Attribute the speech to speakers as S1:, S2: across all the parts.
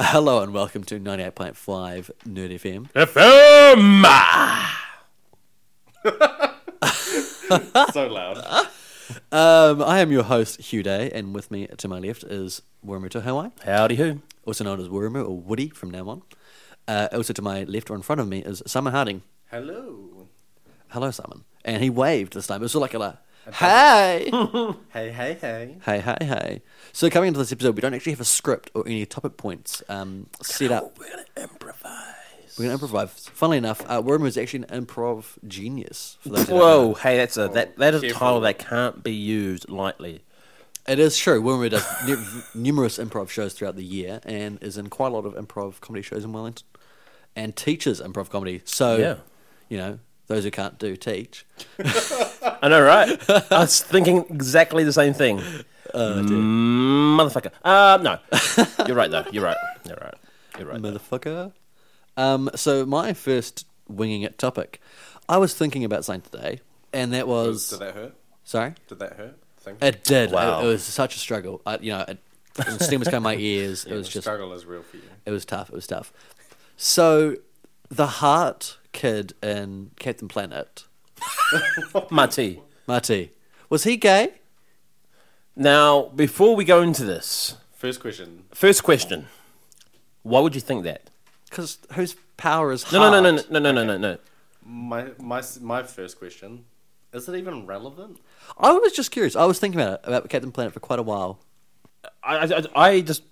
S1: Hello and welcome to 98.5 Nerd FM.
S2: FM. so loud.
S1: Um, I am your host, Hugh Day, and with me to my left is Wurimu Tohawai,
S2: Howdy who?
S1: also known as Wurimu or Woody from now on. Uh, also to my left or in front of me is Summer Harding.
S3: Hello.
S1: Hello, Simon. And he waved this time. It was like a like, hey!
S2: Hmm.
S3: Hey, hey, hey.
S1: hey, hey, hey. So coming into this episode, we don't actually have a script or any topic points um, set up.
S3: We're gonna improvise.
S1: We're going to improvise. Funnily enough, uh, Wurimu is actually an improv genius. For those who don't know.
S2: Whoa, hey, that's a that that is a
S3: careful.
S2: title that can't be used lightly.
S1: It is true. Wilmer does nu- numerous improv shows throughout the year and is in quite a lot of improv comedy shows in Wellington and teaches improv comedy. So,
S2: Yeah.
S1: you know, those who can't do teach.
S2: I know, right? I was thinking exactly the same thing.
S3: Oh,
S2: Mm, motherfucker. Uh, no, you're right though. You're right. You're right. You're right.
S1: Motherfucker. Um, so, my first winging it topic, I was thinking about something today, and that was.
S3: Did that hurt?
S1: Sorry?
S3: Did that hurt? Thing?
S1: It did. It-
S2: Wow.
S1: It, was such a struggle. I, you know, it, it- steam was coming my ears. it was
S3: the
S1: just
S3: struggle is real for you.
S1: It was tough. It was tough. So, the heart kid in Captain Planet,
S2: Mati.
S1: Marty, was he gay?
S2: Now, before we go into this,
S3: First question.
S2: first question: Why would you think that?
S1: Because whose power is
S2: No,
S1: heart?
S2: no, no, no, no, no, no, no, no.
S3: My my s- my first question. Is it even relevant?
S1: I was just curious. I was thinking about it about Captain Planet for quite a while.
S2: I, I, I just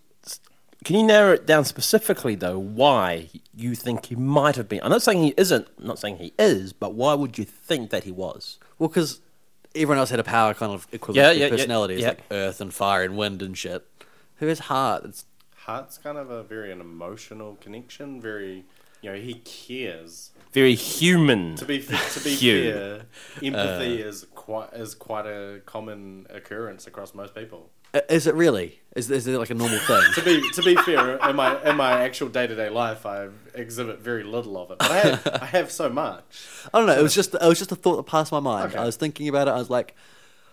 S2: can you narrow it down specifically though why you think he might have been i'm not saying he isn't I'm not saying he is but why would you think that he was
S1: Well, because everyone else had a power kind of equivalent
S2: Yeah,
S1: to their
S2: yeah, yeah,
S1: personalities,
S2: yeah.
S1: like earth and fire and wind and shit. Who has heart? It's,
S3: Heart's kind of a very an emotional connection. Very, you know, he cares.
S2: very human
S3: To be f- to be
S2: Hugh.
S3: fair,
S1: Uh.
S3: empathy is quite is quite a common occurrence across most people.
S1: i- uh, is it really? Is, is it like a normal thing?
S3: to be to be fair, in my in my actual day to day life, I exhibit very little of it, but I have, I have so much.
S1: I don't know. It was just it was just a thought that passed my mind.
S3: Okay.
S1: I was thinking about it. I was like,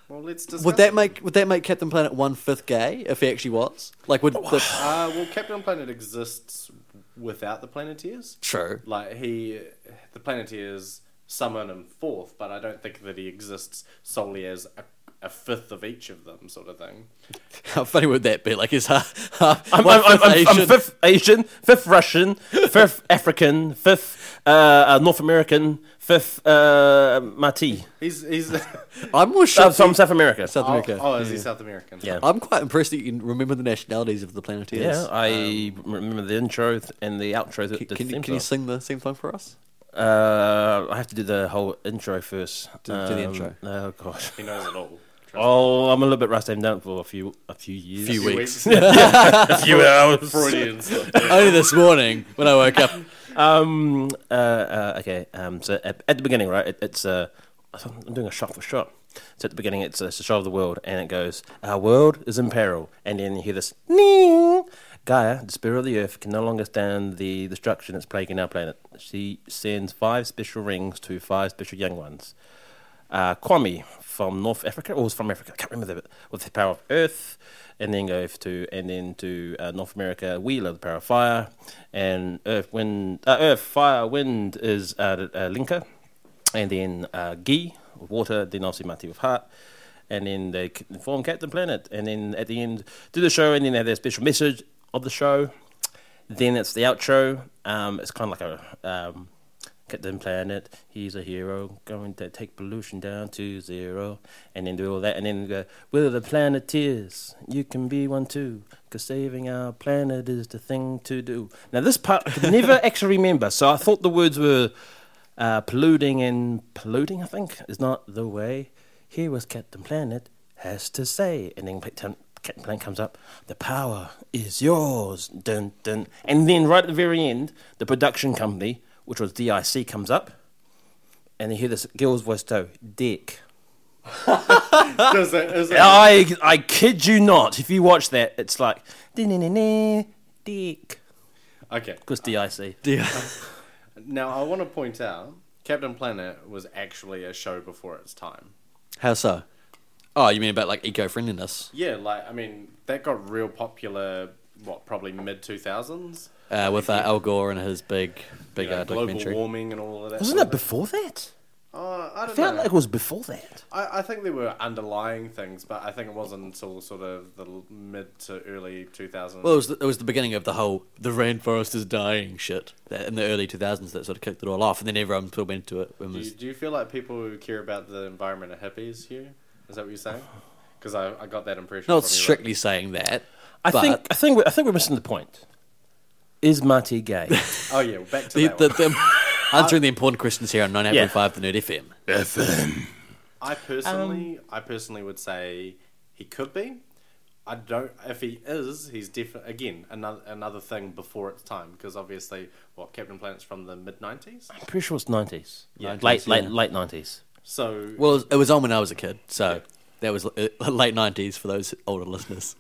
S3: Well, let's discuss.
S1: would that
S3: it.
S1: make would that make Captain Planet one fifth gay if he actually was? Like, would the,
S3: Uh, well, Captain Planet exists without the Planeteers.
S1: true?
S3: Like he, the Planeteers summon him forth, but I don't think that he exists solely as a, a fifth of each of them, sort of thing.
S1: How funny would that be? Like, is half, half
S2: I'm,
S1: one
S2: I'm,
S1: fifth
S2: I'm, I'm, I'm
S1: Asian?
S2: fifth Asian, fifth Russian, fifth African, fifth uh, uh, North American, fifth uh, Mati.
S3: He's he's.
S1: I'm more
S2: Uh,
S1: sure.
S2: from South America.
S1: South
S3: oh,
S1: America.
S3: oh, is he South American?
S2: Yeah.
S1: I'm quite impressed that you can remember the nationalities of the Planeteers.
S2: yeah, I remember the intro th- and the outro. Th- the
S1: Um, Can, you,
S2: theme
S1: can you
S2: song.
S1: sing the theme song for us?
S2: Uh, I have to do the whole intro first.
S1: Do- do the intro.
S2: Oh gosh.
S3: He knows it all.
S2: Oh, I'm a little bit rusty. I'm down for a few, a few years,
S1: Few weeks.
S2: a few hours.
S3: Freudian slip.
S1: Only Oh, this morning when I woke up.
S2: Um. Uh, uh. Okay. Um. So at, at the beginning, right? It, it's uh, I'm doing a shot for shot. So at the beginning, it's, uh, it's a shot of the world, and it goes, "Our world is in peril," and then you hear this, "Ning." Gaia, the spirit of the earth, can no longer stand the destruction that's plaguing our planet. She sends five special rings to five special young ones. uh, Kwame from North Africa, or was from Africa, I can't remember the bit, with the power of Earth, and then go to and then to uh, North America, Wheeler, the power of fire, and Earth, wind, uh, Earth, fire, wind is uh, uh, Linka, and then uh, Gi with water, then obviously Mati with heart. And then they c- form Captain Planet, and then at the end do the show, and then they have their special message of the show. Then it's the outro. Um, it's kind of like a um, Captain Planet. He's a hero, going to take pollution down to zero, and then do all that, and then go. We're the Planeteers. You can be one too, 'cause saving our planet is the thing to do. Now this part I could never actually remember, so I thought the words were uh, polluting and polluting. I think is not the way. Here was Captain Planet has to say, and then Captain Captain Planet comes up. The power is yours, dun dun. And then right at the very end, the production company, which was DIC, comes up, and you hear this girl's voice though, Dick.
S3: Is it, is it,
S2: I I kid you not. If you watch that, it's like "Din-din-din-din, Dick.
S3: okay.
S2: Because DIC.
S3: Now, I want to point out Captain Planet was actually a show before its time.
S1: How so? Oh, you mean about like eco friendliness?
S3: Yeah, like, I mean, that got real popular what probably mid two thousands.
S1: uh, with uh, Al Gore and his big, big uh,
S3: global
S1: documentary.
S3: warming and all of that.
S2: Wasn't
S3: sort
S2: that
S3: of-
S2: before that?
S3: Uh, I
S2: I
S3: don't
S2: felt
S3: know.
S2: like it was before that.
S3: I, I think there were underlying things, but I think it wasn't until sort of the l- mid to early 2000s.
S1: Well, it was, the, it was the beginning of the whole "the rainforest is dying" shit that, in the early 2000s that sort of kicked it all off, and then everyone sort of went to it. And
S3: do, you,
S1: was,
S3: do you feel like people who care about the environment are hippies here? Is that what you're saying? Because I, I got that impression.
S1: not
S3: from you,
S1: strictly saying that.
S2: I
S1: but
S2: think I think we I think we're missing the point. Is Marty gay?
S3: right? Oh, yeah, back to
S1: the,
S3: that
S1: the,
S3: one.
S1: the- answering the important questions here on 98.5 The Nerd FM.
S3: I
S2: Um,
S3: personally, I personally would say he could be. I don't. If he is, he's definitely again another another thing before its time because obviously, what Captain Planet's from the mid nineties.
S2: I'm pretty sure it's nineties.
S3: Yeah.
S2: late
S1: 90s,
S2: late
S1: yeah.
S2: late nineties.
S3: So
S1: Well, it was, it was on when I was a kid, so that was uh, late 90s for those older listeners.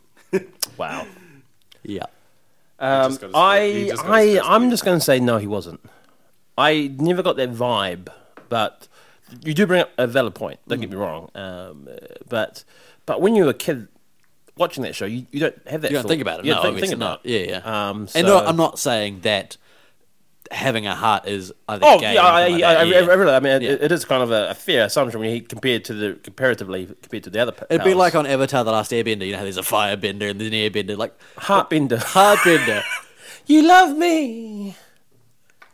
S2: Wow.
S1: Yeah.
S3: You
S2: Um,
S3: just gotta split- you
S2: I
S3: just gotta
S2: I
S3: split
S2: I'm
S3: speed.
S2: just going to say no, he wasn't. I never got that vibe, but you do bring up a valid point. Don't
S1: Mm.
S2: get me wrong. Um, uh, but but when you were a kid watching that show, you, you don't have that.
S1: You don't
S2: thought.
S1: think about it.
S2: You
S1: no,
S2: don't think,
S1: obviously
S2: think about
S1: not.
S2: it.
S1: Yeah, yeah.
S2: Um,
S1: And no,
S2: so-
S1: I'm not saying that having a heart is either
S2: Oh
S1: gay
S2: yeah,
S1: or
S2: I,
S1: anything
S2: I, I,
S1: like that, yeah.
S2: I realize. I mean, it-
S1: Yeah.
S2: it is kind of a, a fair assumption when you compared to the comparatively compared to the other.
S1: It'd be like on Avatar: The Last Airbender. You know how there's a firebender and there's an airbender, like
S2: Heartbender.
S1: heartbender.
S2: You love me.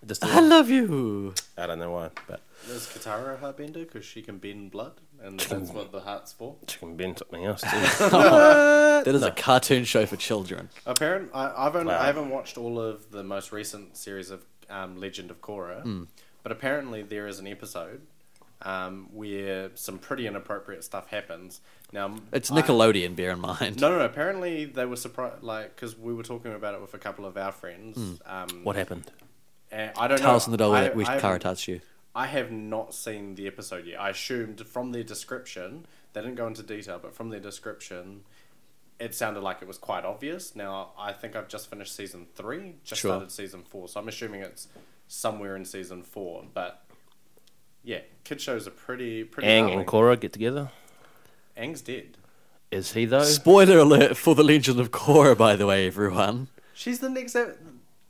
S2: Just
S1: I
S2: I
S1: love you.
S2: don't know why, but
S3: is Katara a heartbender because she can bend blood, and that's what the heart's for.
S2: chicken bin something else. Too.
S1: That is a cartoon show for children.
S3: Apparently, I, I've only,
S2: Wow.
S3: I haven't watched all of the most recent series of um, Legend of Korra, but apparently there is an episode um, where some pretty inappropriate stuff happens. Now
S1: It's
S3: I-
S1: Nickelodeon. Bear in mind.
S3: No, no, no. Apparently, they were surprised, like, because we were talking about it with a couple of our friends. Um,
S2: what happened?
S3: and I don't
S1: Hmm. Tell
S3: know.
S1: us in the dollar
S3: I-
S1: that we
S3: I haven't-
S1: Karatatsu. you.
S3: I have not seen the episode yet. I assumed from their description, they didn't go into detail, but from their description, it sounded like it was quite obvious. Now, I think I've just finished season three, just
S1: Sure.
S3: started season four, so I'm assuming it's somewhere in season four. But yeah, kid shows are pretty pretty.
S2: Ang
S3: harrowing.
S2: and Cora get together.
S3: Aang's dead.
S2: Is he though?
S1: Spoiler alert for the Legend of Korra, by the way, everyone.
S3: She's the next. av-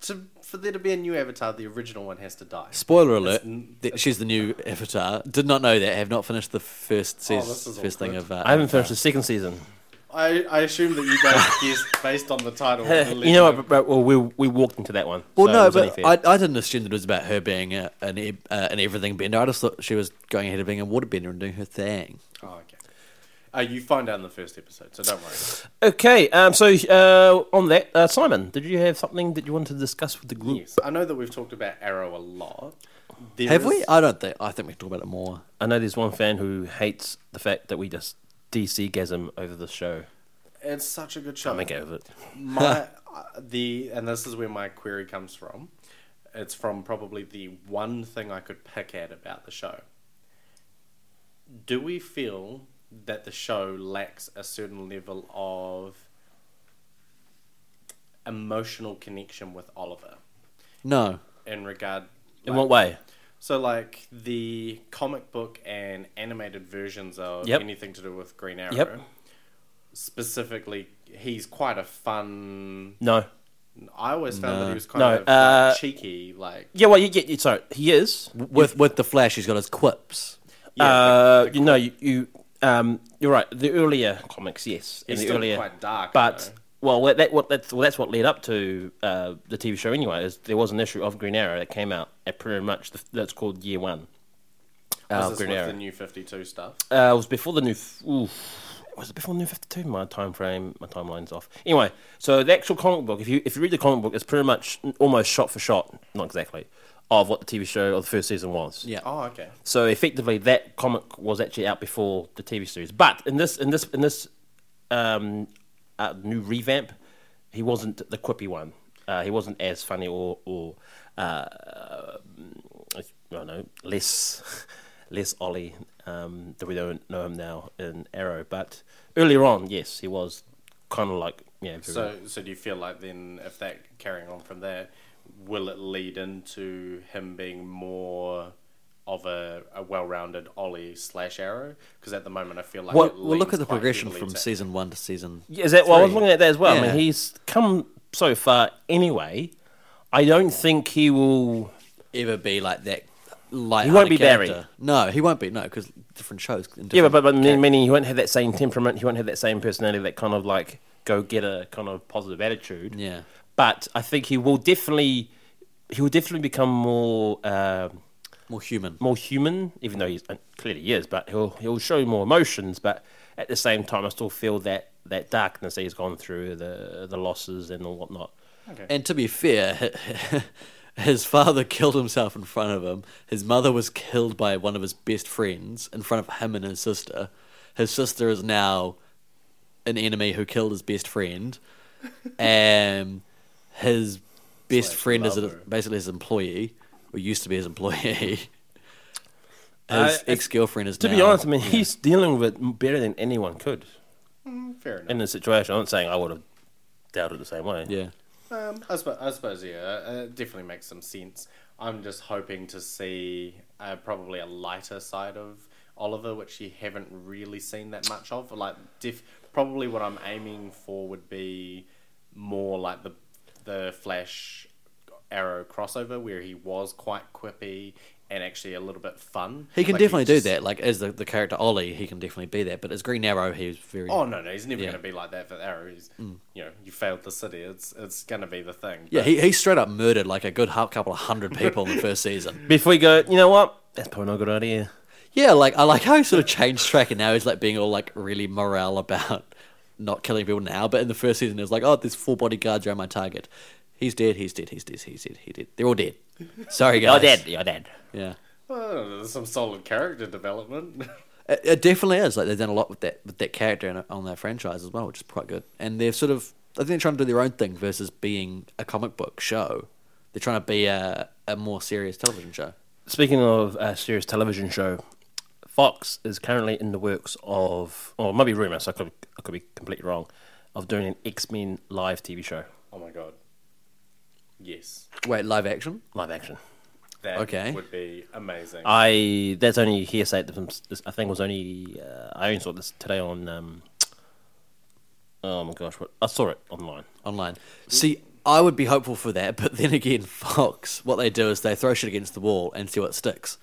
S3: To, for there to be a new Avatar, the original one has to die.
S1: Spoiler alert:
S3: n-
S1: that she's the new Avatar. Did not know that. Have not finished the first season,
S3: this is
S1: first thing
S3: awkward.
S1: of. Uh,
S2: I haven't finished the second season.
S3: I, I assume that you guys guessed based on the title. the
S2: you know
S3: legend
S2: what? But, well, we we walked into that one.
S1: Well,
S2: so it
S1: no,
S2: was only
S1: but
S2: fair.
S1: I, I didn't assume that it was about her being a, an e- uh, an everything bender. I just thought she was going ahead of being a waterbender and doing her thing.
S3: Oh, okay. Uh, you find out in the first episode, so don't worry.
S2: okay. Um. So uh, on that, uh, Simon, did you have something that you wanted to discuss with the group?
S3: Yes, I know that we've talked about Arrow a lot. There
S1: Have
S3: is-
S1: we? I don't think. I think we can talk about it more.
S2: I know there's one fan who hates the fact that we just DC gasm over the show.
S3: It's such a good show.
S2: Can't make out of it.
S3: my uh, the and this is where my query comes from. It's from probably the one thing I could pick at about the show. Do we feel that the show lacks a certain level of emotional connection with Oliver
S1: No.
S3: in regard?
S2: In
S3: like-
S2: what way?
S3: So, like the comic book and animated versions of
S2: Yep.
S3: anything to do with Green Arrow,
S2: Yep.
S3: specifically, he's quite a fun.
S2: No.
S3: I always found that he was kind
S2: No,
S3: of
S2: uh,
S3: like, cheeky, like
S2: Yeah, well, you get you, sorry. He is.
S1: With with the Flash, he's got his quips.
S3: yeah,
S2: uh,
S3: like, the-
S2: you know, you, you um, you're right. The earlier comics, yes,
S3: He's
S2: the
S3: still
S2: earlier,
S3: quite dark,
S2: But well, well, that what that's well, that's what led up to uh, the TV show anyway. Is there was an issue of Green Arrow that came out at pretty much the, that's called Year One.
S3: was
S1: Oh,
S2: Uh,
S3: this
S2: Green
S3: with
S2: Arrow.
S3: the New Fifty Two stuff?
S2: Uh, it was before the new. F- oof. Was it before New Fifty Two? My time frame, my timeline's off. Anyway, so the actual comic book, if you if you read the comic book, it's pretty much almost shot for shot, not exactly, of what the TV show or the first season was.
S1: Yeah.
S3: Oh, okay.
S2: So effectively, that comic was actually out before the TV series. But in this in this in this um, uh, new revamp, he wasn't the quippy one. Uh, he wasn't as funny or or uh, I don't know less less Ollie um, that we don't know him now in Arrow. But earlier on, yes, he was kind of like yeah. very-
S3: So, so do you feel like then, if that carrying on from there, will it lead into him being more of a, a well-rounded Ollie slash Arrow? Because at the moment, I feel like
S1: Well,
S3: it
S1: well, look
S3: leans
S1: at the
S3: quite
S1: progression
S3: heavily
S1: from
S3: to-
S1: season one to season.
S2: Yeah, is that well? I was
S1: three.
S2: looking at that as well. I
S1: Yeah.
S2: mean, he's come so far anyway, I don't think he will.
S1: ever be like that. Like
S2: won't be Barry.
S1: character. No, he won't be. No, because different shows. and
S2: Yeah, but,
S1: different
S2: but, but
S1: characters.
S2: meaning he won't have that same temperament. He won't have that same personality, that kind of like go getter, kind of positive attitude.
S1: Yeah.
S2: But I think he will definitely, he will definitely become more, uh,
S1: more human.
S2: more human. Even though he's uh, clearly he is, but he'll he'll show more emotions. But at the same time, I still feel that that darkness that he's gone through, the the losses and whatnot.
S1: And to be fair, his father killed himself in front of him. His mother was killed by one of his best friends in front of him and his sister. His sister is now an enemy who killed his best friend. Um, his best
S3: Slash
S1: friend is
S3: lover.
S1: basically his employee, or used to be his employee. His
S2: Uh, it's-
S1: ex girlfriend is
S2: To be
S1: now-
S2: honest, I mean, he's dealing with it better than anyone could
S3: Fair enough.
S2: in the situation. I'm not saying I would have dealt with it the same way.
S1: yeah.
S3: Um, I, suppose, I suppose, yeah, uh, it definitely makes some sense. I'm just hoping to see uh, probably a lighter side of Oliver, which you haven't really seen that much of. Like, def- probably what I'm aiming for would be more like the the Flash Arrow crossover, where he was quite quippy and actually a little bit fun.
S1: He can
S3: Like,
S1: definitely
S3: just-
S1: do that. Like as the, the character Ollie, he can definitely be that. But as Green Arrow, he's very
S3: Oh no, no, he's never
S1: Yeah. Mm.
S3: going to be like that for Arrow. He's, You know, you failed the city. It's it's going to be the thing.
S1: Yeah,
S3: But-
S1: he, he straight up murdered like a good hu- couple of hundred people in the first season.
S2: Before we go, you know what? That's probably not a good idea.
S1: Yeah, like I like how he sort of changed track and now he's like being all like really morale about not killing people now. But in the first season, it was like, oh, there's four bodyguards around my target. He's dead. He's dead. He's dead. He's dead. He's dead. They're all dead. Sorry, guys.
S2: You're dead. You're dead.
S1: Yeah,
S3: Well, there's Uh, some solid character development.
S1: it, it definitely is. Like they've done a lot with that with that character and on that franchise as well, which is quite good. And they're sort of I think they're trying to do their own thing versus being a comic book show. They're trying to be a a more serious television show.
S2: Speaking of a serious television show, Fox is currently in the works of, or it might be rumors. So I could, I could be completely wrong, of doing an X Men live TV show,
S3: oh my god. Yes.
S1: Wait, live action?
S2: live action.
S3: That
S1: Okay.
S3: would be amazing.
S2: I that's only hearsay. That from- this- I think it was only uh, I only saw this today on. Um, oh my gosh, what I saw it online.
S1: online. See, I would be hopeful for that, but then again, Fox, what they do is they throw shit against the wall and see what sticks.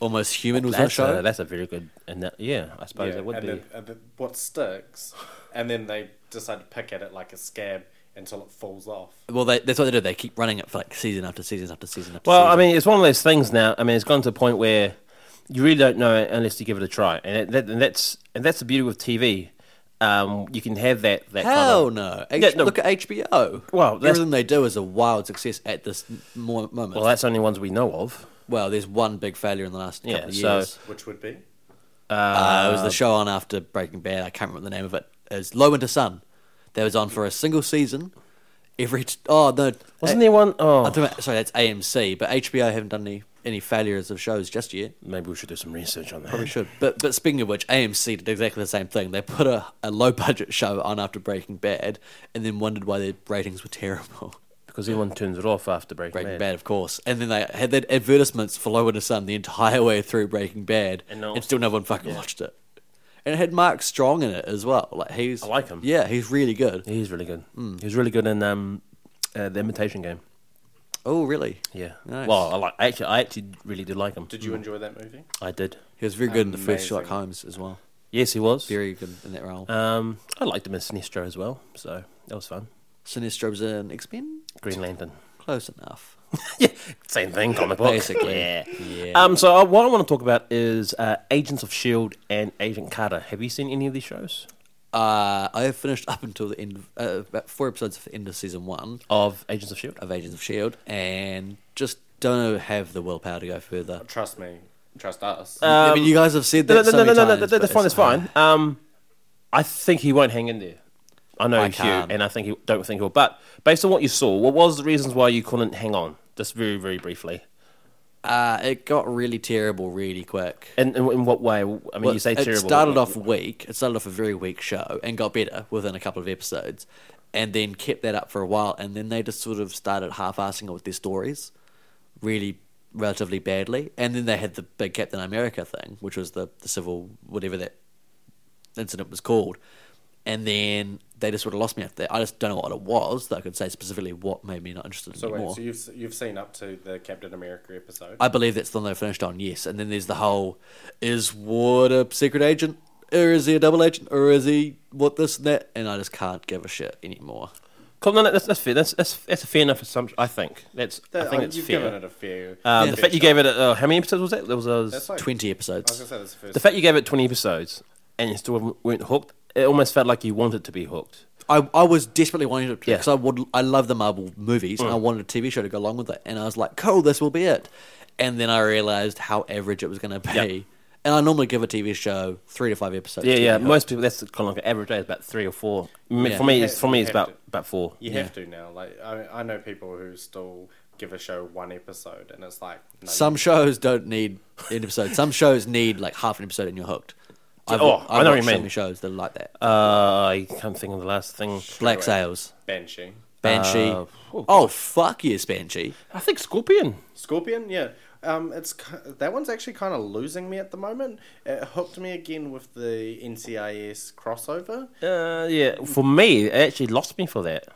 S1: Almost Human was that
S2: that's,
S1: show.
S2: A, that's a very good. And that, yeah, I suppose it would
S3: and
S2: be.
S3: Then, and then what sticks, and then they decide to pick at it like a scab until it falls off.
S1: well, they, that's what they do. They keep running it for like season after season after season after
S2: Well,
S1: season.
S2: I mean, it's one of those things now. I mean, it's gone to a point where you really don't know unless you give it a try, and, it, that, and that's and that's the beauty with TV. Um, you can have that. that
S1: Hell
S2: kind of,
S1: no.
S2: Yeah,
S1: H-
S2: no.
S1: Look at HBO.
S2: Well, that's-
S1: everything they do is a wild success at this m- mo- moment.
S2: Well,
S1: Well,
S2: that's the only ones we know of.
S1: there's one big failure in the last
S2: Yeah,
S1: couple of
S2: so-
S1: years.
S3: Which would be?
S1: Uh, it was the show on after Breaking Bad. I can't remember the name of it. It was Low Winter Sun. That was on for a single season. Every t- oh no,
S2: Wasn't there one? Oh,
S1: I'm talking about, sorry, that's AMC, but HBO haven't done any, any failures of shows just yet.
S2: maybe we should do some research on that.
S1: Probably should. But but speaking of which, AMC did exactly the same thing. They put a, a low budget show on after Breaking Bad, and then wondered why their ratings were terrible.
S2: because everyone turns it off after Breaking,
S1: Breaking
S2: Bad.
S1: Bad, of course. And then they had their advertisements for Low Winter Sun the entire way through Breaking Bad,
S2: And no-
S1: still no one fucking watched it. And it had Mark Strong in it as well. Like he's
S2: I like him.
S1: Yeah, he's really good.
S2: He's really good.
S1: Hmm.
S2: He was really good in um, uh, the Imitation Game.
S1: Oh, really?
S2: Yeah.
S1: Nice.
S2: Well, I like I actually. I actually really did like him.
S3: Did you enjoy that movie?
S2: I did.
S1: He was very good in the first
S3: Amazing.
S1: Sherlock Holmes as well.
S2: Yes, he was.
S1: Very good in that role.
S2: Um, I liked him in Sinestro as well, so that was fun.
S1: Sinestro's an X Men.
S2: Green Lantern.
S1: Close enough.
S2: yeah, same thing, comic book.
S1: Basically.
S2: yeah.
S1: Yeah.
S2: Um, so uh, what I want to talk about is uh, Agents of Shield and Agent Carter. Have you seen any of these shows
S1: Uh, I have finished up until the end, of, uh, about four episodes of the end of season one
S2: of Agents of Shield?
S1: of Agents of Shield, E and just don't have the willpower to go further.
S3: Trust me. Trust us.
S2: Uh,
S1: I mean, you guys have said that.
S2: Um,
S1: so
S2: No, no, no, no,
S1: many
S2: no, no,
S1: times,
S2: that-
S1: but
S2: That's fine. That's
S1: it's-
S2: fine. Um, I think he won't hang in there. I know
S1: I
S2: Hugh,
S1: can't.
S2: and I think he don't think he'll. But based on what you saw, what was the reasons why you couldn't hang on? Just very, very briefly.
S1: Uh, it got really terrible really quick.
S2: And in, in what way? I mean,
S1: Well,
S2: you say
S1: it
S2: terrible.
S1: started off weak. It started off a very weak show and got better within a couple of episodes, and then kept that up for a while. And then they just sort of started half-assing it with their stories, really relatively badly. And then they had the big Captain America thing, which was the the civil whatever that incident was called, and then they just sort of lost me after that. I just don't know what it was that I could say specifically what made me not interested
S3: So
S1: anymore.
S3: wait, so you've s- you've seen up to the Captain America episode?
S1: I believe that's the one they finished on, yes. And then there's the whole is Ward a secret agent? Or is he a double agent? Or is he what this and that? And I just can't give a shit anymore.
S2: Cool, no, no, that's, that's fair. That's, that's that's a fair enough assumption. I think that's.
S3: That-
S2: I think
S3: uh,
S2: it's
S3: you've
S2: fair.
S3: given it a fair.
S2: um,
S3: fair
S2: the fact you
S3: shot.
S2: gave it a, uh, how many episodes was that? There was, a-
S3: That's like,
S1: 20
S3: I was
S1: episodes.
S3: gonna say that's the first.
S2: the fact you gave it twenty episodes and you still weren't hooked. It almost felt like you wanted to be hooked.
S1: I, I was desperately wanting to
S2: Yeah. Mm.
S1: because I would I love the Marvel movies and I wanted a TV show to go along with it and I was like cool this will be it and then I realized how average it was going to be
S2: Yep.
S1: and I normally give a TV show three to five episodes
S2: Yeah,
S1: to
S2: yeah.
S1: get hooked.
S2: Most people that's kind of like an average day is about three or four. M-
S1: Yeah.
S2: For me,
S3: You
S2: it's
S3: have-
S2: for me
S3: you
S2: it's
S3: have
S2: about
S3: to.
S2: about four.
S3: you
S1: yeah.
S3: have to now. Like I, I know people who still give a show one episode, and it's like no,
S1: some shows don't need an episode some shows need like half an episode and you're hooked I've,
S2: Oh, I
S1: I've
S2: know
S1: watched
S2: what you
S1: so
S2: mean.
S1: many shows that are like that
S2: Uh, I can't think of the last thing.
S1: Black
S3: away.
S1: Sails
S3: Banshee,
S1: Banshee
S2: Uh, oh,
S1: oh, fuck yes Banshee
S2: I think Scorpion.
S3: Scorpion. Yeah, um, it's ki- that one's actually kind of losing me at the moment. It hooked me again with the NCIS crossover.
S2: Uh, yeah. For me, it actually lost me for that.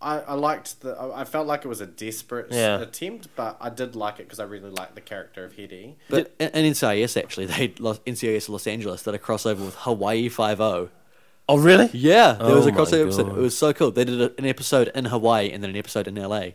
S3: I, I liked the. I I felt like it was a desperate s-
S2: Yeah.
S3: attempt, but I did like it because I really liked the character of Hedy.
S1: but in in NCIS actually they lost NCIS Los Angeles did a crossover with Hawaii Five O
S2: Oh, really?
S1: Yeah, there was
S2: Oh
S1: a
S2: my
S1: crossover episode. It
S2: God.
S1: was so cool. They did a, an episode in Hawaii and then an episode in LA,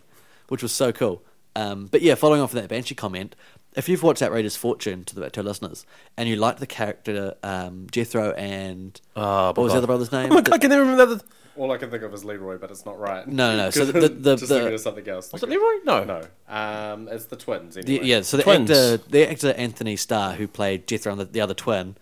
S1: which was so cool. Um, but yeah, following on from that Banshee comment, if you've watched Outrageous Fortune to the to our listeners and you liked the character um, Jethro and
S2: Ah,
S1: what was
S2: but-
S1: the other brother's name?
S2: Oh my god, I can never remember the.
S3: All I can think of is Leroy, but it's not right.
S1: No, no, no. So
S3: 'Cause
S1: the- the-
S3: just
S1: the-
S3: thinking of something else.
S2: Was it Leroy? No.
S3: No, um, it's the twins.
S1: The-
S3: Anyway.
S1: yeah, so the
S2: Twins.
S1: actor, the actor Anthony Starr, who played Jethro and the, the other twin,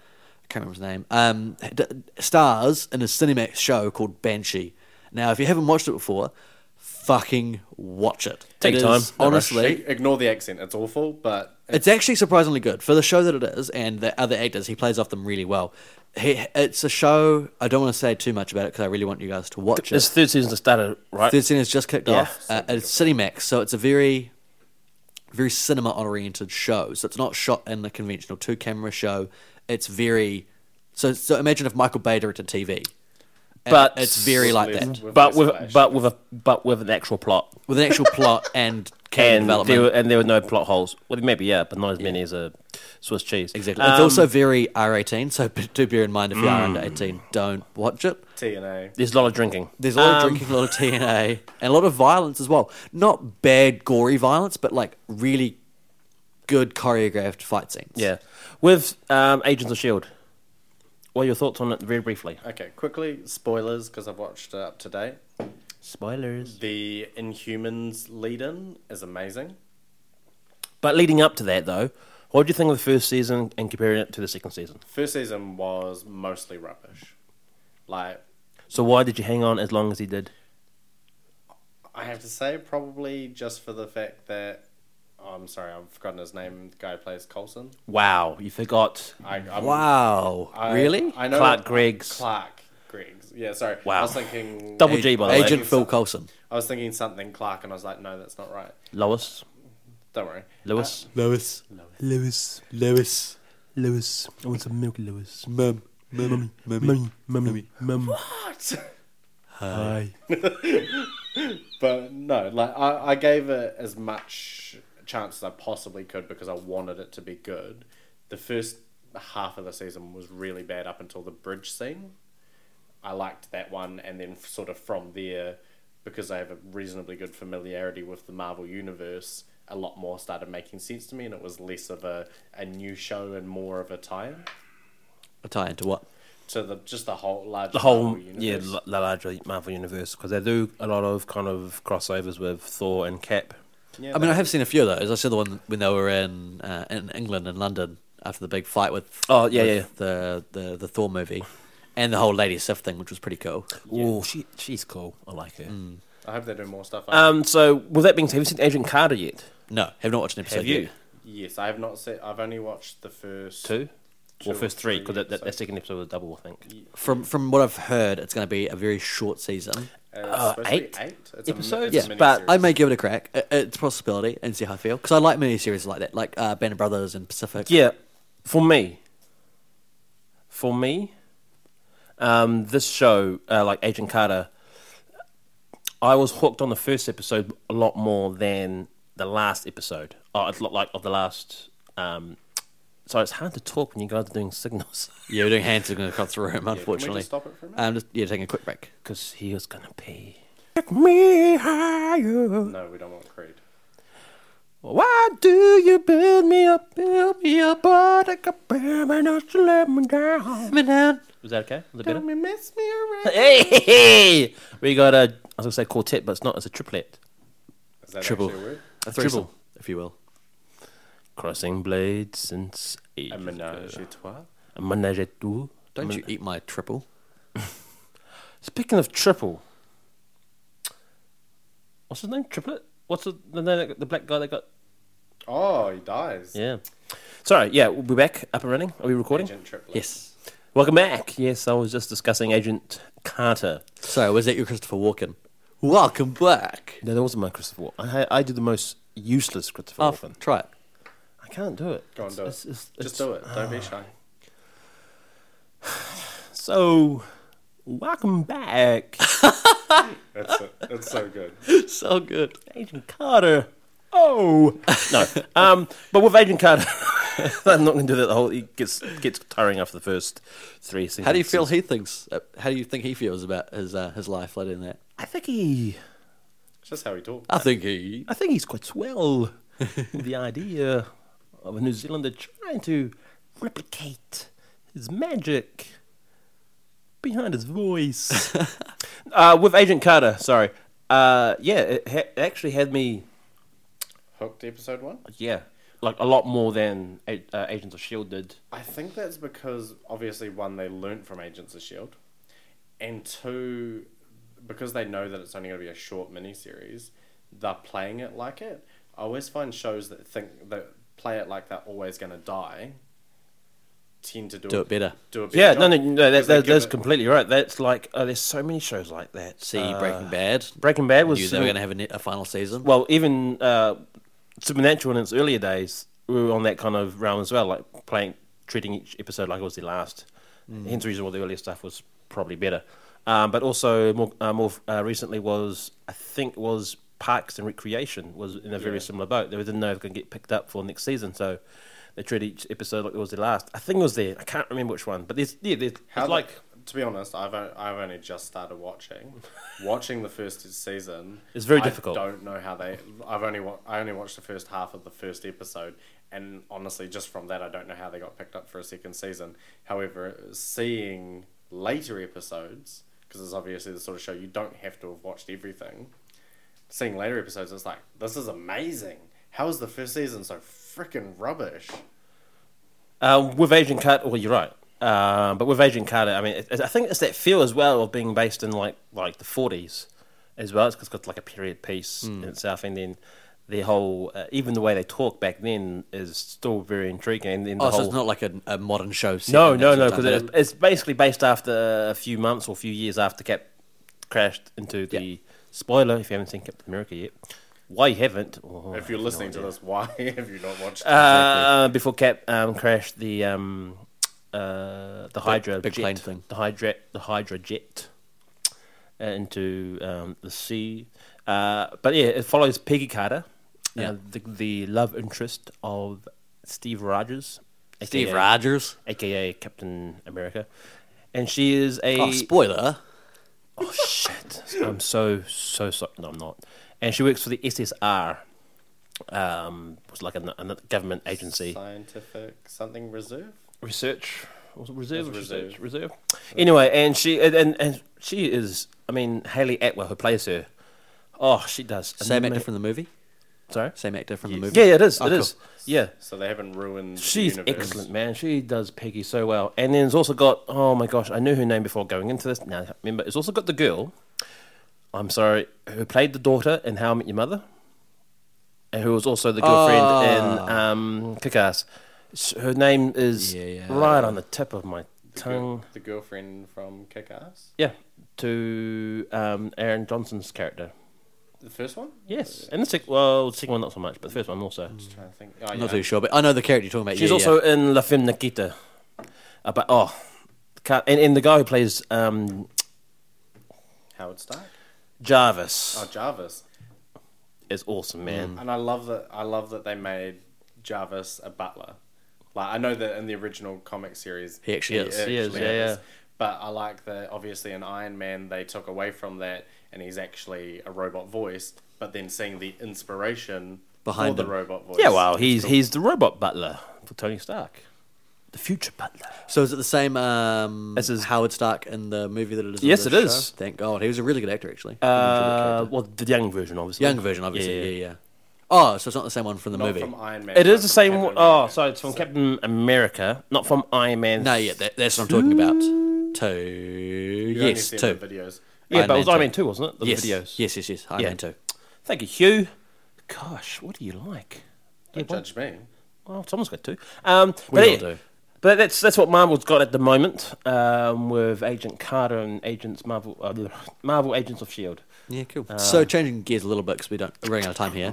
S1: I can't remember his name, um, d- stars in a Cinemax show called Banshee. Now, if you haven't watched it before, fucking watch it.
S2: Take
S1: It
S2: your
S1: is
S2: time, no rush.
S1: honestly.
S3: Ig- Ignore the accent; it's awful. But
S1: It's actually surprisingly good for the show that it is, and the other actors he plays off them really well. He, it's a show. I don't want to say too much about it because I really want you guys to watch
S2: This
S1: it.
S2: third season just started, right?
S1: Third season has just kicked
S2: Yeah.
S1: off. Uh, it's Cinemax, so it's a very, very cinema-oriented show. So it's not shot in a conventional two-camera show. It's very. So, so imagine if Michael Bay directed TV. Uh,
S2: But-
S1: it's very like
S3: With
S1: that
S3: less-
S2: but
S3: less
S2: with
S3: flash.
S2: but with a but with an actual plot
S1: with an actual plot and character
S2: and
S1: development.
S2: there were, and there were no plot holes. Well, maybe yeah, but not as many as a Swiss cheese.
S1: Exactly. it's
S2: Um, Mm.
S1: also very R18, so b- do bear in mind if you are under 18, don't watch it.
S3: TNA.
S2: there's a lot of drinking.
S1: There's a lot of
S2: Um,
S1: drinking, a lot of TNA, and a lot of violence as well. Not bad, gory violence, but like really good choreographed fight scenes.
S2: Yeah, with um, Agents of Shield. What are your thoughts on it, very briefly?
S3: Okay, quickly spoilers because I've watched it up to date.
S2: Spoilers.
S3: The Inhumans lead-in is amazing.
S2: But leading up to that, though, what do you think of the first season and comparing it to the second season?
S3: First season was mostly rubbish. Like
S2: So why did you hang on as long as he did?
S3: I have to say, probably just for the fact that oh, I'm sorry, I've forgotten his name. The guy who plays Colson.
S2: Wow, you forgot.
S3: I, I'm,
S1: Wow.
S3: I-
S1: really?
S3: I know
S2: Clark Greggs.
S3: Clark Greggs. Yeah, sorry. I
S2: Wow.
S3: was thinking
S2: Double G, by the way.
S1: Agent Phil Coulson.
S3: I was thinking something Clark, and I was like, no, that's not right.
S2: Lois,
S3: Don't worry.
S2: Lewis.
S1: Lewis.
S4: Lewis,
S1: Lewis.
S4: Lewis, I want some milk, Lewis.
S1: Mum.
S4: Mummy, mummy, mummy, mum.
S3: Uh,
S4: Hi.
S3: But no, like I, I gave it as much chance as I possibly could because I wanted it to be good. The first half of the season was really bad up until the bridge scene. I liked that one, and then f- sort of from there, because I have a reasonably good familiarity with the Marvel universe, a lot more started making sense to me, and it was less of a, a new show and more of a tie
S1: A tie into what?
S3: to the just the whole large
S2: The whole,
S3: Marvel universe.
S2: yeah, l- the larger Marvel universe, because they do a lot of kind of crossovers with Thor and Cap.
S3: Yeah,
S1: I mean,
S3: that-
S1: I have seen a few of those. I saw the one when they were in uh, in England and London after the big fight with
S2: Oh, yeah,
S1: with
S2: yeah.
S1: the the the Thor movie, and the whole Lady Sif thing, which was pretty cool.
S2: Oh, she she's cool. I like her.
S3: I hope they do more stuff.
S2: Um, so with that being said, have you seen Agent Carter yet?
S1: No, have not watched an episode
S2: Have you?
S1: yet.
S3: Yes, I have not seen. I've only watched the first
S2: Two,
S3: Two
S2: or first three?
S3: or
S2: Because that, that,
S3: three
S2: that second episode was double, I think.
S1: From from what I've heard, it's going to be a very short season.
S3: episodes.
S2: Uh,
S3: Uh, it's supposed to be
S2: eight
S3: eight It's a mi-
S2: episodes?
S3: it's a
S2: Yeah, but
S3: miniseries.
S1: I may give it a crack. I- It's a possibility and see how I feel because I like miniseries like that, like uh, Band of Brothers and Pacific.
S2: Yeah, for me, for me, um, this show, uh, like Agent Carter, I was hooked on the first episode a lot more than the last episode. Oh, it's a lot like of the last. Um, so it's hard to talk when you guys are doing signals
S1: Yeah, we're doing hand signals across the room,
S3: Yeah, can we
S1: unfortunately.
S3: just stop it for a minute?
S1: I'm just yeah, taking a quick break.
S2: because he was gonna pee. Take me higher.
S3: No, we don't want Creed.
S2: Why do you build me up, build me up, but I can bear me not to let me down? Was that okay? Was it better?
S3: miss me around.
S2: Hey, we got a. I was gonna say quartet, but it's not. It's a triplet.
S3: Is that
S1: Triple.
S3: actually a word?
S1: A
S2: threesome.
S1: dribble, if you will.
S2: Crossing blades since ages
S3: A menage
S2: ago.
S3: a trois.
S2: A menage a deux.
S1: Don't you eat my triple?
S2: Speaking of triple, what's his name? Triplet? What's the, the name? that- The black guy that got?
S3: Oh, he dies.
S2: Yeah. Sorry. Yeah, we're back up and running. Are we recording?
S3: Agent E. Triplet.
S1: Yes.
S2: Welcome back. Yes, I was just discussing Agent Carter.
S1: Sorry, was that your Christopher Walken? Welcome back.
S2: No, that wasn't my Christopher. Walken. I I do the most useless Christopher
S1: Oh,
S2: Walken.
S1: try it.
S2: I can't do it.
S3: Go on, do
S2: It's-
S3: it.
S2: it's- it's-
S3: Just do it. Don't be shy.
S2: So, welcome back,
S3: That's it. That's so good.
S1: so good.
S2: Agent Carter. Oh no, um, but with Agent Carter, I'm not going to do that. The whole it gets gets tiring after the first three seasons.
S1: How do you feel he thinks? uh, How do you think he feels about his uh, his life later in that?
S2: I think he,
S3: It's just how he talks.
S1: I think he.
S2: I think he's quite swell. with the idea of a New Zealander trying to replicate his magic behind his voice. uh, with Agent Carter, sorry. Uh, yeah, it ha- it actually had me
S3: Hooked episode one.
S2: Yeah, like a lot more than A- uh, Agents of Shield did.
S3: I think that's because obviously one they learnt from Agents of Shield, E and two, because they know that it's only going to be a short miniseries, they're playing it like it. I always find shows that think that play it like they're always going to die. Tend to do,
S1: Do it better.
S3: Do it better.
S2: Yeah,
S3: job,
S2: no, no, no, that,
S3: 'cause they
S2: that,
S3: give
S2: that's
S3: it-
S2: completely right. That's like oh, there's so many shows like that.
S1: See
S2: Uh,
S1: Breaking Bad.
S2: Breaking Bad
S1: knew
S2: was
S1: they were going to have a, ne- a final season.
S2: well, even uh, Supernatural in its earlier days, we were on that kind of realm as well, like playing, treating each episode like it was the last. Hence, the reason all the earlier stuff was probably better. Um, but also more uh, more uh, recently was I think was Parks and Recreation was in a very similar boat. They didn't know if it could get picked up for next season, so they treated each episode like it was the last. I think it was there. I can't remember which one, but there's yeah, there's it's
S3: How
S2: like
S3: like to be honest, I've o- I've only just started watching. watching the first season
S2: It's very
S3: I
S2: difficult.
S3: Don't know how they. I've only wa- I only watched the first half of the first episode, and honestly, just from that, I don't know how they got picked up for a second season. However, seeing later episodes because it's obviously the sort of show you don't have to have watched everything. Seeing later episodes, it's like this is amazing. How is the first season so freaking rubbish?
S2: Um, with Agent Carter, well, you're right. Um, but with Agent Carter, I mean, it, it- I think it's that feel as well of being based in like like the 40s as well. It's 'cause it's got like a period piece
S1: Hmm.
S2: in itself, and then the whole uh, even the way they talk back then is still very intriguing. And then the
S1: oh,
S2: whole,
S1: so it's not like a, a modern show. set
S2: no,
S1: in
S2: no,
S1: that
S2: no,
S1: sort of
S2: because
S1: time.
S2: it, it's basically based after a few months or a few years after Cap crashed into the spoiler. If you haven't seen Captain America yet, why you haven't? oh,
S3: if you're
S2: no
S3: listening
S2: idea.
S3: to this, why have you not watched? it?
S2: Uh, before Cap um, crashed the um, uh, the Hydra
S1: big
S2: jet,
S1: plane thing.
S2: the Hydra the Hydra jet uh, into um, the sea. Uh, but yeah, it follows Peggy Carter,
S1: Yeah.
S2: uh, the, the love interest of Steve Rogers,
S1: Steve
S2: aka,
S1: Rogers.
S2: aka Captain America, and she is a
S1: Oh, spoiler.
S2: Oh, shit! I'm so so sorry. No, I'm not. And she works for the SSR. Um, was like a, a government agency.
S3: Scientific something reserve.
S2: research was it reserve
S3: It was
S2: or research reserve
S3: reserve.
S2: anyway and she and, and and she is i mean haley atwell who plays her oh she does
S1: Same actor
S2: Ama-
S1: from the movie.
S2: sorry
S1: Same actor from the movie.
S2: yeah, yeah it is
S1: Oh,
S2: It is.
S1: cool.
S2: yeah
S3: So they haven't ruined. the
S2: she's
S3: universe.
S2: excellent man she does peggy so well and then it's also got oh my gosh i knew her name before going into this now I can't remember it's also got the girl i'm sorry who played the daughter in how i met your mother and who was also the girlfriend in
S3: Ah.
S2: um, kick-ass S- her name is
S1: Yeah, yeah.
S2: right on the tip of my
S3: The, girl-
S2: tongue
S3: the girlfriend from Kick Ass,
S2: Yeah, to um, Aaron Johnson's character.
S3: the first one.
S2: Yes, and the second, well, the second one not so much, but the first one also.
S3: I'm trying to think. Oh,
S1: I'm
S3: yeah.
S1: not too sure, but I know the character you're talking about.
S2: She's
S1: yeah,
S2: also in La Femme Nikita. Uh, but oh, Car- and, and the guy who plays um,
S3: Howard Stark.
S2: Jarvis
S3: Oh, Jarvis.
S2: is awesome, man.
S1: mm.
S3: And I love that. I love that they made Jarvis a butler. Like I know that in the original comic series,
S1: He actually is.
S3: actually
S2: He is, yeah, yeah.
S3: But I like that. Obviously, in Iron Man, they took away from that, and he's actually a robot voice. But then seeing the inspiration
S1: Behind
S3: for the
S1: him.
S3: robot voice.
S2: Yeah, well, he's he's the robot butler for Tony Stark, the future butler.
S1: So is it the same um,
S2: This is-
S1: Howard Stark in the movie that it is? in
S2: Yes,
S1: the
S2: it is.
S1: show? Thank God, he was a really good actor actually.
S2: Uh, well, the young version, obviously.
S1: Young version, obviously. Yeah, yeah. Oh, so it's not the same one from the
S3: not
S1: movie.
S3: from Iron Man.
S2: It
S3: but
S2: is the
S3: from
S2: same.
S3: Captain
S2: one- Oh,
S3: America.
S2: sorry, it's from Captain America, not from Iron Man.
S1: no, yeah, that, that's what I'm talking about. Two.
S3: You only
S1: yes,
S3: see
S1: two.
S3: it in videos.
S2: Yeah,
S1: Iron
S2: but it was
S1: Man
S2: Iron
S1: two.
S2: Man Two, wasn't it? The
S1: yes.
S2: videos.
S1: yes, yes, yes. Iron
S2: Yeah.
S1: Man two.
S2: Thank you, Hugh. Gosh, what do you like?
S3: Don't judge me.
S2: Well, someone's got two. Um,
S1: We
S2: but
S1: all
S2: yeah,
S1: do.
S2: But that's that's what Marvel's got at the moment um, with Agent Carter and Agents Marvel, uh, Marvel Agents of Shield.
S1: Yeah, cool. Uh, so changing gears a little bit because we don't we're running out of time here.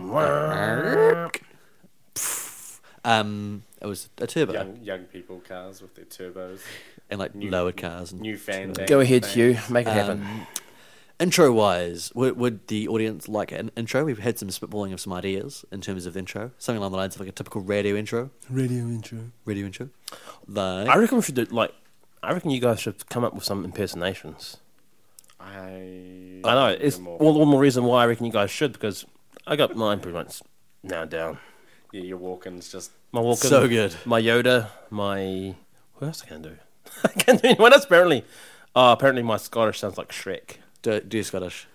S1: um, it was a turbo
S3: Young young people cars with their turbos.
S1: and like
S3: new-
S1: lower cars and
S3: Newfangled.
S2: Go ahead,
S3: things.
S2: Hugh. Make it happen.
S1: Intro wise, would, would the audience like an intro? We've had some spitballing of some ideas in terms of the intro, something along the lines of like a typical radio intro.
S4: Radio intro.
S1: Radio intro. Like,
S2: I reckon we should do like. I reckon you guys should come up with some impersonations.
S3: I.
S2: I know it's
S3: more-
S2: all the more reason why I reckon you guys should because I got mine pretty much now down.
S3: Yeah, your walk-ins just
S2: My Walken,
S1: So good.
S2: My Yoda, my what else I can do? I can't do anyone else apparently. Oh, apparently my Scottish sounds like Shrek.
S1: do, do Scottish.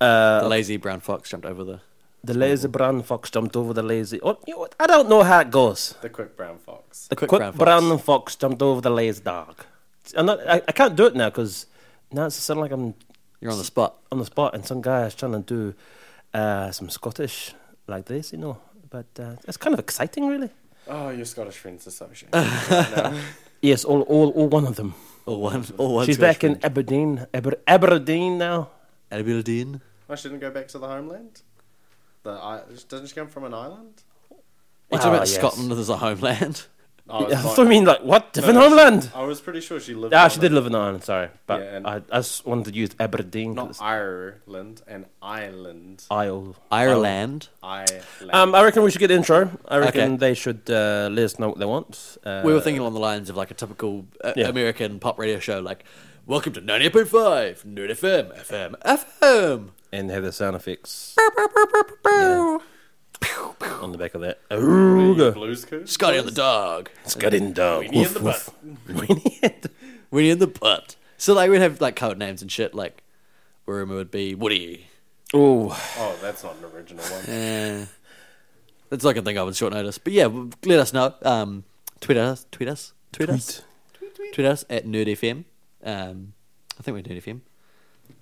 S2: Uh,
S1: The lazy brown fox jumped over the.
S2: the lazy brown fox jumped over the lazy. Oh, you know what? I don't know how it goes.
S3: the quick brown fox.
S2: The
S1: Quick
S2: quick,
S1: brown
S2: brown,
S1: fox.
S2: fox. jumped over the lazy dog. I'm not, I, I can't do it now because now it's sound like I'm
S1: You're on the spot.
S2: on the spot and some guy is trying to do uh, some Scottish like this, you know. But uh, it's kind of exciting, really.
S3: Oh, your Scottish Friends Association.
S2: Yes, all, all, all one of them.
S1: All one. All one.
S2: She's back in Aberdeen, Aber, Aberdeen now.
S1: in Aberdeen.
S3: I shouldn't go back to the homeland. The I, doesn't she come from an island?
S1: You're talking
S2: Ah,
S1: about
S2: yes.
S1: Scotland as a homeland.
S3: Oh, it's
S2: Yeah,
S3: not-
S2: so I mean, like, what? Different
S3: no,
S2: homeland?
S3: I was pretty sure she lived.
S2: Ah,
S3: on
S2: she did
S3: it.
S2: live in Ireland, sorry. But
S3: Yeah, and-
S2: I, I just wanted to use Aberdeen. 'cause
S3: Not
S2: it's
S3: Ireland, an island.
S2: Isle.
S1: Ireland.
S3: Ireland.
S2: Um, I reckon we should get intro. I reckon
S1: Okay.
S2: they should uh, let us know what they want. Uh,
S1: we were thinking along the lines of like a typical uh,
S2: Yeah.
S1: American pop radio show, like "Welcome to 98.5 Nerd FM FM FM."
S2: and have the sound effects Yeah. on the back of that. Ooga.
S3: Blues Coos.
S1: Scotty on the dog.
S2: It's got in dog.
S3: Weenie in the butt.
S1: Winnie in the butt. So like we'd have like code names and shit. Like Woruma would be Woody.
S2: Oh,
S3: Oh, that's not an original one.
S1: Eh. That's like a thing I would short notice. But yeah, w- let us know. Um, tweet us, tweet us, tweet, us, tweet, us at NerdFM. Um, I think we're NerdFM.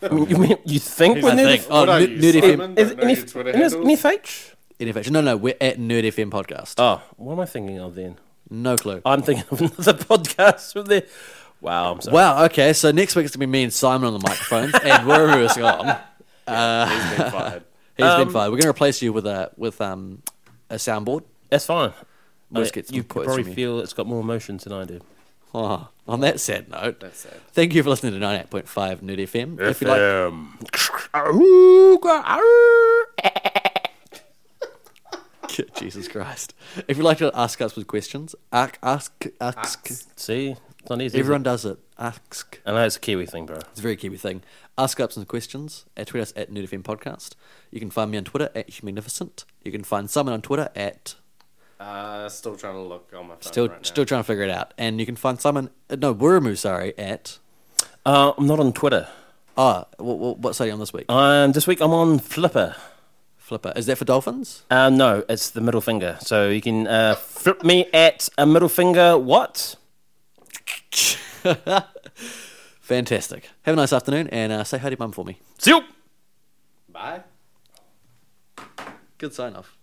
S2: I mean, you, mean, you think
S1: I
S2: we're near
S1: think.
S2: the-
S1: Oh,
S3: What are
S1: N-
S3: you,
S1: Nerd FM.
S3: Simon?
S2: Is
S3: Don't know your
S2: it
S3: Twitter
S2: any, is
S3: handles.
S2: NFH?
S1: NFH. No, no, we're at NerdFM podcast.
S2: Oh, what am I thinking of then?
S1: No clue.
S2: I'm thinking of another podcast from there. Wow, I'm sorry.
S1: Wow. Okay. So next week it's gonna be me and Simon on the microphones, and Woruma is gone.
S3: He's been fired.
S1: He's been fired. We're gonna replace you with a with um a soundboard.
S2: That's fine.
S1: We'll just
S2: Uh,
S1: get some
S2: you
S1: quotes
S2: probably
S1: from you.
S2: feel it's got more emotions than I do.
S1: Oh, on that sad note,
S3: That's sad.
S1: thank you for listening to 98.5 Nerd FM. If you like,
S2: Um, Ooga, arr.
S1: Jesus Christ. If you'd like to ask us with questions, ask, ask, ask.
S2: See, it's not easy. is
S1: Everyone does it. Ask.
S2: it? I know it's a Kiwi thing, bro.
S1: It's a very Kiwi thing. Ask us some questions. At tweet us at Nerd FM Podcast. You can find me on Twitter at Humanificent. You can find Simon on Twitter at
S3: Uh, still trying to look on my phone
S1: still
S3: right now.
S1: still trying to figure it out. And you can find Simon uh, no Wuramu sorry at
S2: Uh, I'm not on Twitter.
S1: ah what, what, what's on this week?
S2: Um, this week I'm on Flipper.
S1: Flipper. Is that for dolphins?
S2: Uh, no, it's the middle finger. So you can uh, flip me at a middle finger. What?
S1: Fantastic. Have a nice afternoon and uh, say hi to your mum for me.
S2: See you.
S3: Bye.
S1: Good sign off.